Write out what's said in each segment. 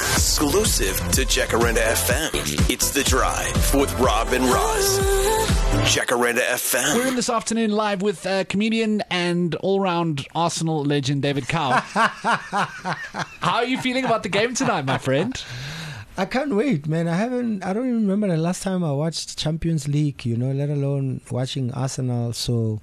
exclusive to Jacaranda FM. It's The Drive with Rob and Roz. Jacaranda FM. We're in this afternoon live with uh, comedian and all-round Arsenal legend David Cow. How are you feeling about the game tonight, my friend? I can't wait, man. I haven't. I don't even remember the last time I watched Champions League. You know, let alone watching Arsenal. So,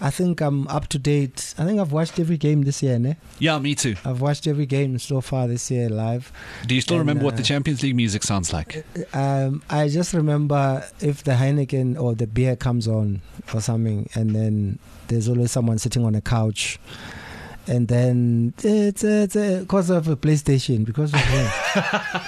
I think I'm up to date. I think I've watched every game this year. Ne? Yeah, me too. I've watched every game so far this year live. Do you still And, remember what the uh, Champions League music sounds like? Um, I just remember if the Heineken or the beer comes on or something, and then there's always someone sitting on a couch. And then it's uh, because of a PlayStation, because of her.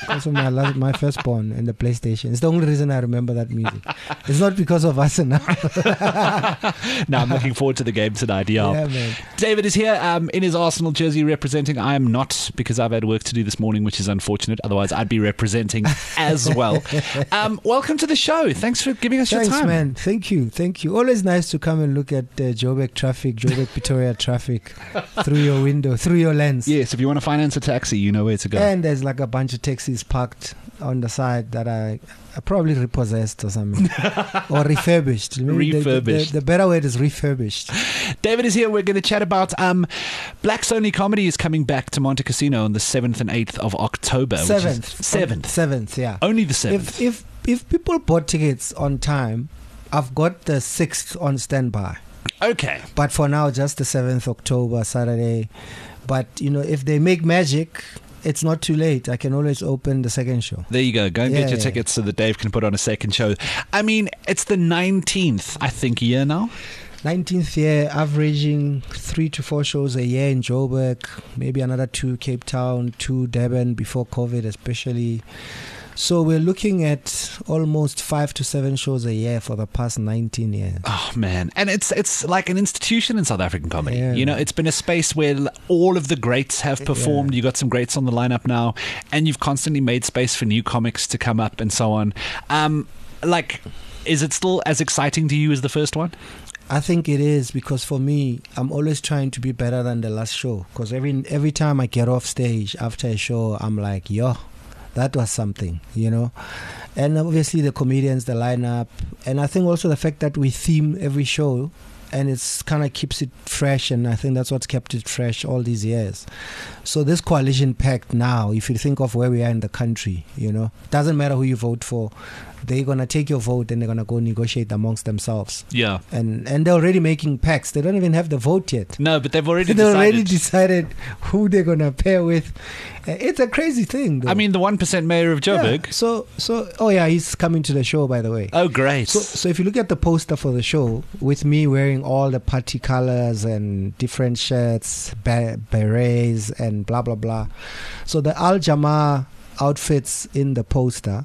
because of my last, my firstborn and the PlayStation. It's the only reason I remember that music. It's not because of us and No, I'm looking forward to the game tonight. Yeah. Yeah, man. David is here um, in his Arsenal jersey representing. I am not because I've had work to do this morning, which is unfortunate. Otherwise, I'd be representing as well. Um, welcome to the show. Thanks for giving us Thanks, your time. man. Thank you, thank you. Always nice to come and look at uh, Joburg traffic, Joburg Pretoria traffic, through your window, through your lens. Yes, if you want to finance a taxi, you know where to go. And there's like a bunch of taxis parked on the side that I, I probably repossessed or something, or refurbished. Maybe the- the- Refurbished. The, the better word is refurbished. David is here. We're going to chat about um, Black Sony Comedy is coming back to Monte Cassino on the 7th and 8th of October. which is- Oh, Seventh, 7th. seventh, yeah. Only the 7th. If if if people bought tickets on time, I've got the sixth on standby. okay. But for now, just the seventh October Saturday. But you know, if they make magic, it's not too late. I can always open the second show. There you go. Go and get Yeah, your yeah. tickets so that Dave can put on a second show. I mean, it's the 19th, I think, year now. Nineteenth year, averaging three to four shows a year in Joburg, maybe another two Cape Town, two Durban before COVID, especially. So we're looking at almost five to seven shows a year for the past nineteen years. Oh man, and it's it's like an institution in South African comedy. Yeah. You know, it's been a space where l- all of the greats have performed. You got some greats on the lineup now, and you've constantly made space for new comics to come up and so on. Um, like, is it still as exciting to you as the first one? I think it is because for me, I'm always trying to be better than the last show. Because every every time I get off stage after a show, I'm like, yo, that was something, you know. And obviously the comedians, the lineup, and I think also the fact that we theme every show, and it's kind of keeps it fresh. And I think that's what's kept it fresh all these years. So this coalition pact now, if you think of where we are in the country, you know, doesn't matter who you vote for, they're gonna take your vote and they're gonna go negotiate amongst themselves Yeah. and and they're already making packs. They don't even have the vote yet. No, but they've already They decided. already decided who they're gonna pair with. Uh, It's a crazy thing. Though. I mean, the one percent mayor of Yeah. Joburg. So so oh yeah, he's coming to the show by the way. Oh, great. So, so if you look at the poster for the show, with me wearing all the party colors and different shirts, ba- berets, and blah blah blah. So the Al Jama outfits in the poster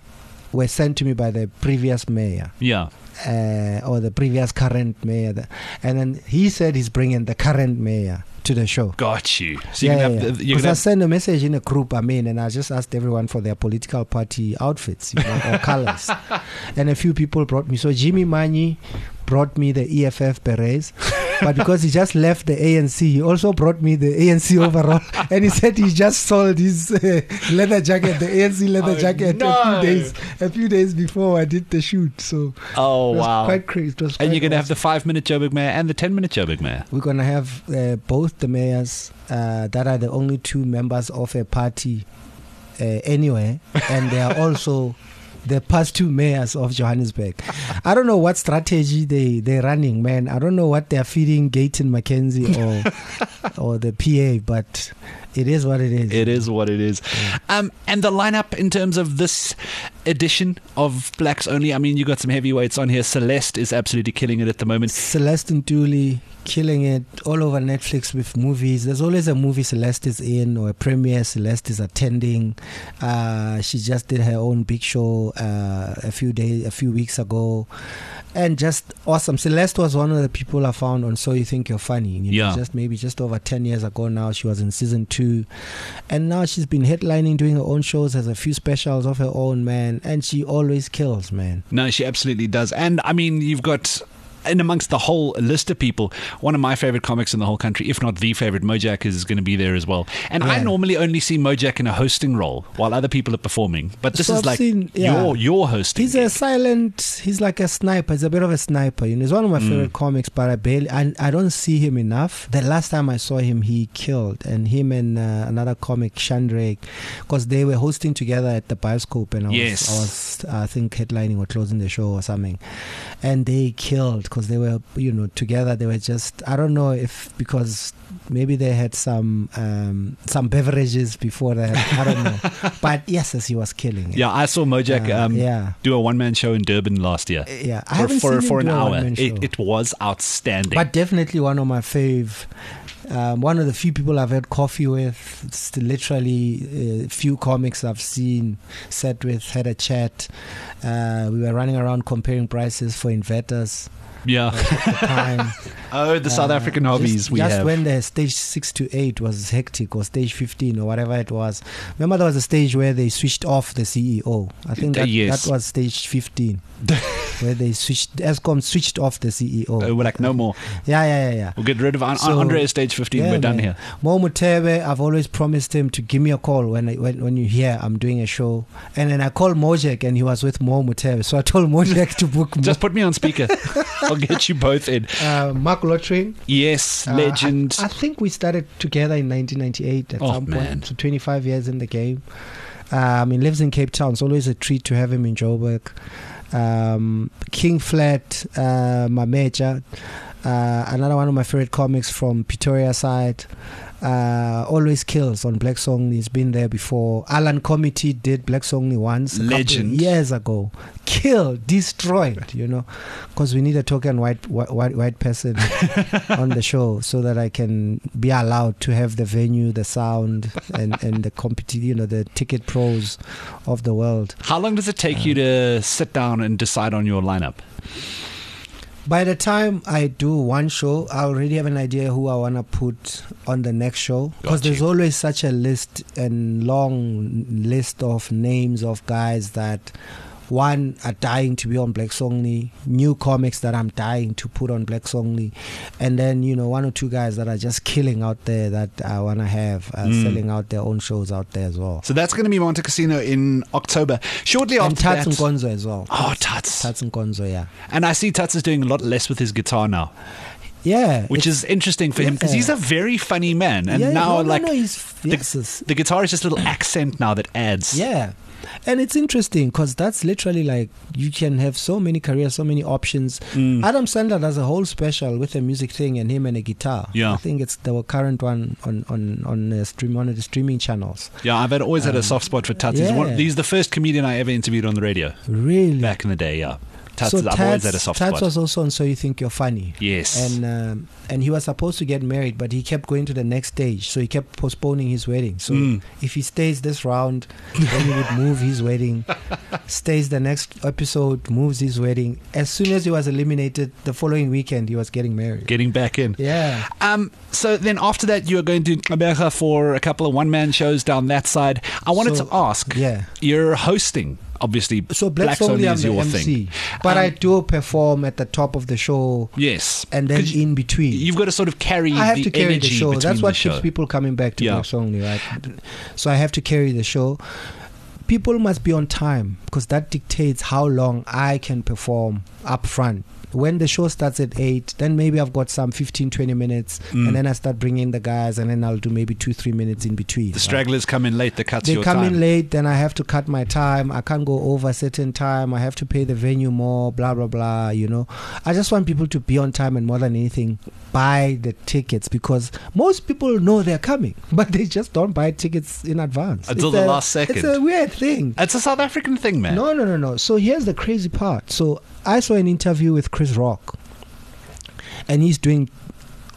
were sent to me by the previous mayor yeah. uh, or the previous current mayor. The- And then he said he's bringing the current mayor to the show. Got you. So you can have. the- You Because can I have sent a message in a group I mean, and I just asked everyone for their political party outfits you know, or colors. And a few people brought me. So Jimmy Manyi brought me the EFF berets, but because he just left the ANC, he also brought me the ANC overall. and he said he just sold his uh, leather jacket, the ANC leather Oh, jacket, no. a few days a few days before I did the shoot. So oh it was wow. quite crazy. It was and quite you're going to have awesome. the five minute Joburg mayor and the ten minute Joburg mayor. We're gonna have uh, both the mayors uh, that are the only two members of a party uh, anywhere, and they are also the past two mayors of Johannesburg. I don't know what strategy they they're running, man. I don't know what they're feeding Gayton McKenzie or or the PA, but it is what it is. It is what it is. Um, and the lineup in terms of this edition of Blacks Only, I mean, you got some heavyweights on here. Celeste is absolutely killing it at the moment. Celeste Dooley killing it all over Netflix with movies. There's always a movie Celeste is in or a premiere Celeste is attending. Uh, she just did her own big show uh, a few days, a few weeks ago, and just awesome. Celeste was one of the people I found on So You Think You're Funny. You know, Yeah. just maybe just over ten years ago now. She was in season two, and now she's been headlining, doing her own shows, has a few specials of her own, man, and she always kills, man. No, she absolutely does. And I mean, you've got in amongst the whole list of people, one of my favorite comics in the whole country, if not the favorite, Mojack is going to be there as well. And I Yeah. normally only see Mojack in a hosting role while other people are performing, but this So is I've like seen- yeah. your your hosting. He's a silent. He's like a sniper. He's a bit of a sniper. You know, he's one of my Mm. favorite comics, but I barely. I, I don't see him enough. The last time I saw him, he killed, and him and uh, another comic, Shandrake, because they were hosting together at the Bioscope, and I was, Yes. I was, I think, headlining or closing the show or something, and they killed because they were, you know, together. They were just. I don't know if because. Maybe they had some um, some beverages before that. I don't know, but yes, as he was killing. it. yeah, I saw Mojack Uh, um, yeah. do a one man show in Durban last year. Yeah, for I haven't for, seen for him an do a hour. one-man show. It, it was outstanding. but definitely one of my fave. Um, one of the few people I've had coffee with. It's literally uh, few comics I've seen, sat with, had a chat. Uh, we were running around comparing prices for inverters yeah. at the time. Oh, the South Uh, African hobbies just, we just have. when the stage six to eight was hectic, or stage fifteen, or whatever it was. Remember, there was a stage where they switched off the CEO. I think Uh, that, yes. that was stage fifteen, where they switched. ESCOM switched off the CEO. Uh, we're like, no more. Yeah, yeah, yeah, yeah. We'll get rid of An- So- Andre is stage 15. Yeah, we're done man. here. Mo Mutebe, I've always promised him to give me a call when I, when, when you hear I'm doing a show. And then I called Mojek and he was with Mo Mutebe. So I told Mojek to book Mo. Just put me on speaker. I'll get you both in. uh, Mark Lotring. Yes, Uh, legend. I, I think we started together in 1998 at Oh, some man. point. So 25 years in the game. Um, he lives in Cape Town. It's always a treat to have him in Joburg. Um, King Flat, uh, my major. Uh, another one of my favorite comics from Pretoria side. Uh, always kills on Black Song. He's been there before. Alan Committee did Black Song once, a couple of Legend. years ago. Killed, destroyed. You know, because we need a token white white white, white person on the show so that I can be allowed to have the venue, the sound, and and the competi- you know, the ticket pros of the world. How long does it take you to sit down and decide on your lineup? By the time I do one show, I already have an idea who I want to put on the next show. Because Got there's you. always such a list and long list of names of guys that one are dying to be on Black Songly, new comics that I'm dying to put on Black Songly, and then you know one or two guys that are just killing out there that I want to have uh, Mm. selling out their own shows out there as well. So that's going to be Monte Casino in October. Shortly And after Tats that. Nkonzo as well. oh, Tuts. Tats Nkonzo, yeah. And I see Tuts is doing a lot less with his guitar now, Yeah. which is interesting for him because yeah. he's a very funny man. And yeah, now, no, no, like, no, he's, the, yes, it's- the guitar is just a little accent now that adds. Yeah. And it's interesting because that's literally like you can have so many careers, so many options. Mm. Adam Sandler does a whole special with a music thing and him and a guitar. Yeah. I think it's the current one on on on uh, stream on the streaming channels. Yeah, I've had, always had a soft spot for Tuts. He's, one, Um, yeah. he's the first comedian I ever interviewed on the radio Really. back in the day, yeah. Tuts, so I've always had a soft Tats spot. was also on So You Think You're Funny. yes. And um, and he was supposed to get married, but he kept going to the next stage, so he kept postponing his wedding. So Mm. if he stays this round, then he would move his wedding. Stays the next episode, moves his wedding. As soon as he was eliminated, the following weekend he was getting married. Getting back in. yeah. Um, so then after that, you're going to Mbecha for a couple of one man shows down that side. I wanted So- to ask, yeah. you're hosting, obviously. So Black, Soul, Sony I'm is the your MC, thing. but Um, I do perform at the top of the show, Yes. and then 'Cause you- in between. You've got to sort of carry I have the to carry the energy show. between That's what the show. keeps people coming back to Yeah. Black Songly, right? So I have to carry the show. People must be on time because that dictates how long I can perform up front. When the show starts at 8, then maybe I've got some 15, 20 minutes, Mm. and then I start bringing the guys, and then I'll do maybe two, three minutes in between. the right? stragglers come in late, they cut they your come time. in late then i have to cut my time i can't go over a certain time i have to pay the venue more blah blah blah you know i just want people to be on time and more than anything buy the tickets because most people know they're coming but they just don't buy tickets in advance Until the last second. it's a weird thing It's a South African thing, man. no, no, no, no. So here's the crazy part. So I saw an interview with Chris Rock, and he's doing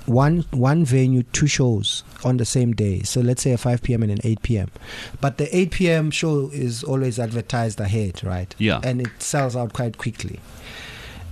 one one venue, two shows on the same day. So let's say a 5 p.m. and an 8 p.m. But the 8 p.m. show is always advertised ahead, right? Yeah. And it sells out quite quickly.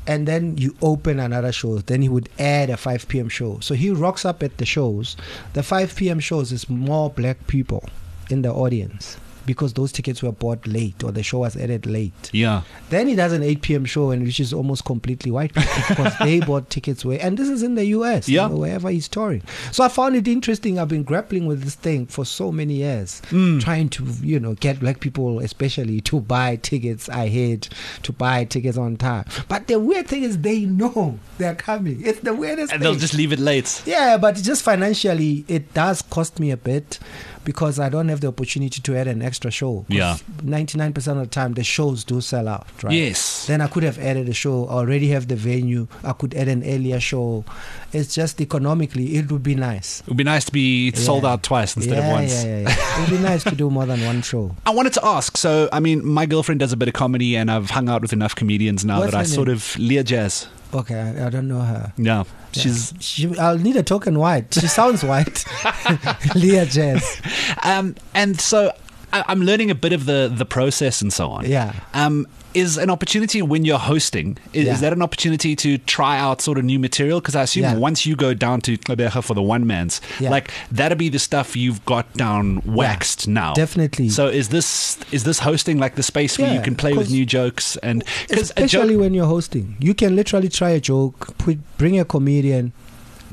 And then you open another show. Then he would add a 5 p.m. show. So he rocks up at the shows. The 5 p.m. shows is more black people in the audience because those tickets were bought late or the show was added late. Yeah. Then he does an 8 p.m. show, and which is almost completely white people because they bought tickets where, and this is in the U.S., you Yeah. know, wherever he's touring. So I found it interesting. I've been grappling with this thing for so many years, Hmm. trying to you know get black people, especially, to buy tickets ahead, to buy tickets on time. But the weird thing is, they know they're coming. It's the weirdest. And thing. they'll just leave it late. Yeah, but just financially, it does cost me a bit because I don't have the opportunity to add an extra show. 'Cause Yeah. 99% of the time, the shows do sell out, right? Yes. Then I could have added a show, I already have the venue, I could add an earlier show. It's just economically, it would be nice. It would be nice to be sold Yeah. out twice instead yeah, of once. Yeah, yeah, yeah. it would be nice to do more than one show. I wanted to ask. So, I mean, my girlfriend does a bit of comedy, and I've hung out with enough comedians now What's that I her name? sort of Leah Jazz. Okay, I, I don't know her. Yeah, she's. She, I'll need a token white. She sounds white. Leah Jazz. Um, and so I, I'm learning a bit of the the process and so on. Yeah. Um, is an opportunity when you're hosting. Is, Yeah. is that an opportunity to try out sort of new material? Because I assume Yeah. once you go down to Kleberga for the one man's, Yeah. like that'll be the stuff you've got down waxed now. definitely. So is this is this hosting like the space where you Yeah, can play with 'cause- new jokes and because a especially joke when you're hosting you can literally try a joke put, bring a comedian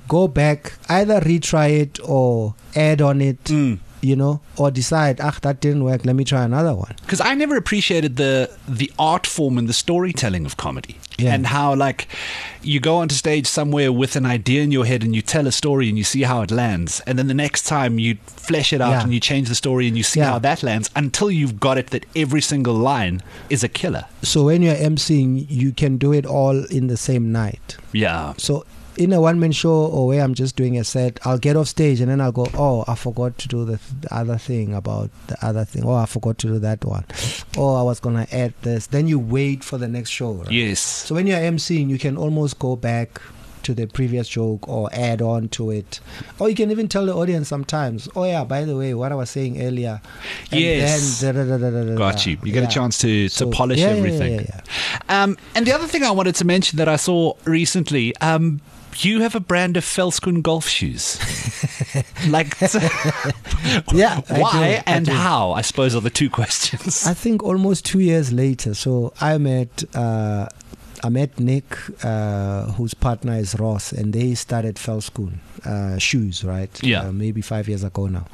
go back either retry it or add on it Mm. you know or decide ah that didn't work let me try another one because I never appreciated the the art form and the storytelling of comedy. Yeah. And how like you go onto stage somewhere with an idea in your head and you tell a story and you see how it lands and then the next time you flesh it out Yeah. and you change the story and you see Yeah. how that lands until you've got it that every single line is a killer. so when you're emceeing you can do it all in the same night Yeah. so in a one-man show or where i'm just doing a set i'll get off stage and then i'll go oh i forgot to do the, th- the other thing about the other thing oh i forgot to do that one oh i was gonna add this then you wait for the next show right? Yes. So when you're emceeing, you can almost go back to the previous joke or add on to it, or you can even tell the audience sometimes, "Oh yeah, by the way, what I was saying earlier." and Yes. then da- da- da- da- da- da- Got you. You get Yeah. a chance to, to So- polish yeah, yeah, everything. yeah, yeah. Um, and the other thing I wanted to mention that I saw recently, um, you have a brand of Felskun golf shoes. like, Yeah, I do, why I and do. how? I suppose are the two questions. I think almost two years later. So I met uh, I met Nick, uh, whose partner is Ross, and they started Felskoon uh, shoes, right? Yeah. Uh, maybe five years ago now.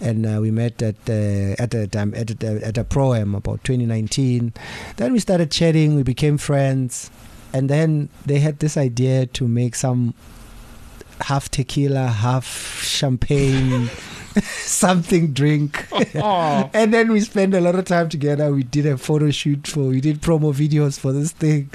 And uh, we met at uh, at a time at a, at a pro am about 2019. Then we started chatting. We became friends, and then they had this idea to make some half tequila, half champagne, something drink. And then we spent a lot of time together. We did a photo shoot for, we did promo videos for this thing.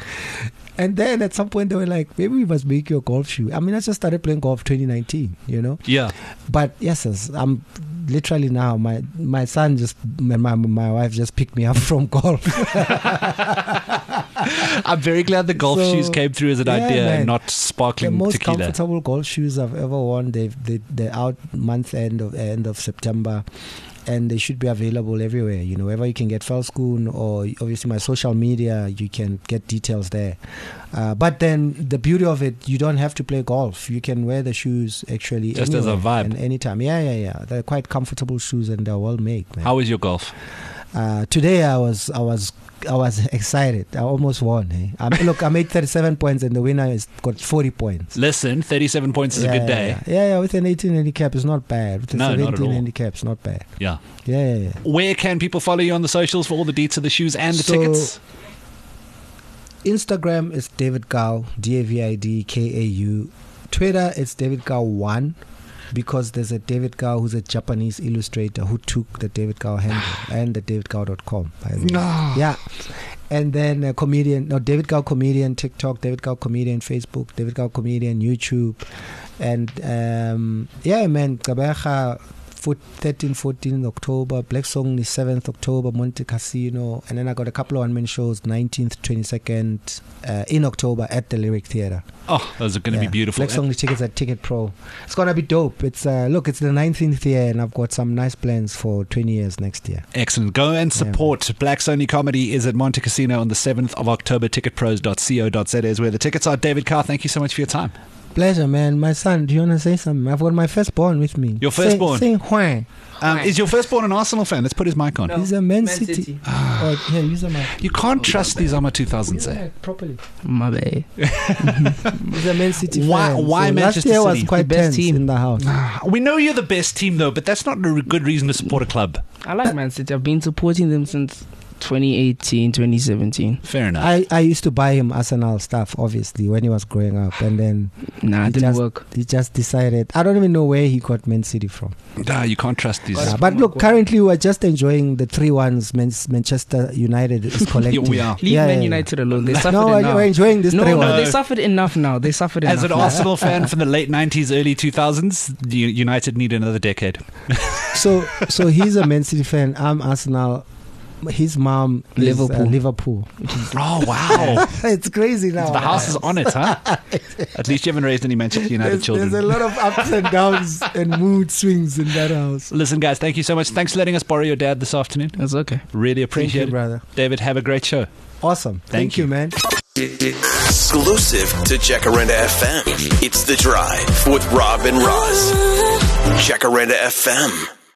And then at some point they were like, maybe we must make you a golf shoe. I mean, I just started playing golf 2019, you know. yeah. But yes, yes, I'm literally now my my son just my my, my wife just picked me up from golf. I'm very glad the golf So, shoes came through as an yeah, idea man. and not the sparkling most tequila. comfortable golf shoes I've ever worn. They've they, they're out month end of end of September, and they should be available everywhere. You know, wherever you can get Felskoon or obviously my social media, you can get details there. Uh, but then the beauty of it, you don't have to play golf. You can wear the shoes actually Just as a vibe. anywhere and anytime. Yeah, yeah, yeah. They're quite comfortable shoes and they're well made. Man. How was your golf? Uh, today I was I was I was excited. I almost won. Eh? Um, look, I made 37 points and the winner has got 40 points. Listen, 37 points is a good day. Yeah, yeah, yeah, with an 18 handicap, it's not bad. With a No, not at 17 all. handicap, it's not bad. Yeah. Yeah, yeah, yeah. Where can people follow you on the socials for all the deets of the shoes and the So- tickets? Instagram is David Gao, D A V I D K A U. Twitter it's David Gao one, because there's a David Gao who's a Japanese illustrator who took the David Gao handle and the DavidGao.com. By the way. No. Yeah. And then uh, comedian, no, David Gao comedian, TikTok, David Gao comedian, Facebook, David Gao comedian, YouTube. And um, yeah, man, Gabeja, 13, 14 October, Black Song is 7th October, Monte Casino. And then I got a couple of one man shows, 19th, 22nd uh, in October at the Lyric Theatre. Oh, those are going to Yeah. be beautiful. Black Song tickets at Ticket Pro. It's going to be dope. It's uh, Look, it's the 19th year, and I've got some nice plans for 20 years next year. Excellent. Go and support Black Sony Comedy is at Monte Casino on the 7th of October. Ticketpros.co.za is where the tickets are. David Carr, thank you so much for your time. pleasure, man. My son, do you want to say something? I've got my firstborn with me. Your Say- firstborn? Say Juan. Um, is your firstborn an Arsenal fan? Let's put his mic on. No. He's a Man, Man City. City. oh, yeah, use a mic. You can't trust these Arma 2000s. Use a eh? mic properly. My bad. He's a Man City Why- fan. why so Manchester Last year was City? quite The best tense team. in the house. We know you're the best team, though, but that's not a re- good reason to support a club. I like Man City. I've been supporting them since 2018, 2017. Fair enough. I, I used to buy him Arsenal stuff, obviously, when he was growing up. And then Nah, it It didn't just- work. he just decided, I don't even know where he got Man City from. Nah, you can't trust these. Yeah, Yeah, but Oh my look, God. currently we're just enjoying the three ones Man- Manchester United is collecting. we are. Leave Yeah, Man yeah. United alone. They suffered No, we're, enough. we're enjoying this no, three no, ones. they suffered enough now. They suffered As an enough. now. Arsenal fan from the late 90s, early 2000s, the U- United need another decade. So, so he's a Man City fan. I'm Arsenal. His mom is, uh, Liverpool. Liverpool. Oh, wow. it's crazy now. the house is on it, huh? At least you haven't raised any Manchester United There's, children. there's a lot of ups and downs and mood swings in that house. Listen, guys, thank you so much. Thanks for letting us borrow your dad this afternoon. That's okay. Really Thank you, appreciate it. brother. David, have a great show. Awesome. Thank Thank you, you. man. Exclusive to Jacaranda FM. It's The Drive with Rob and Roz. Jacaranda FM.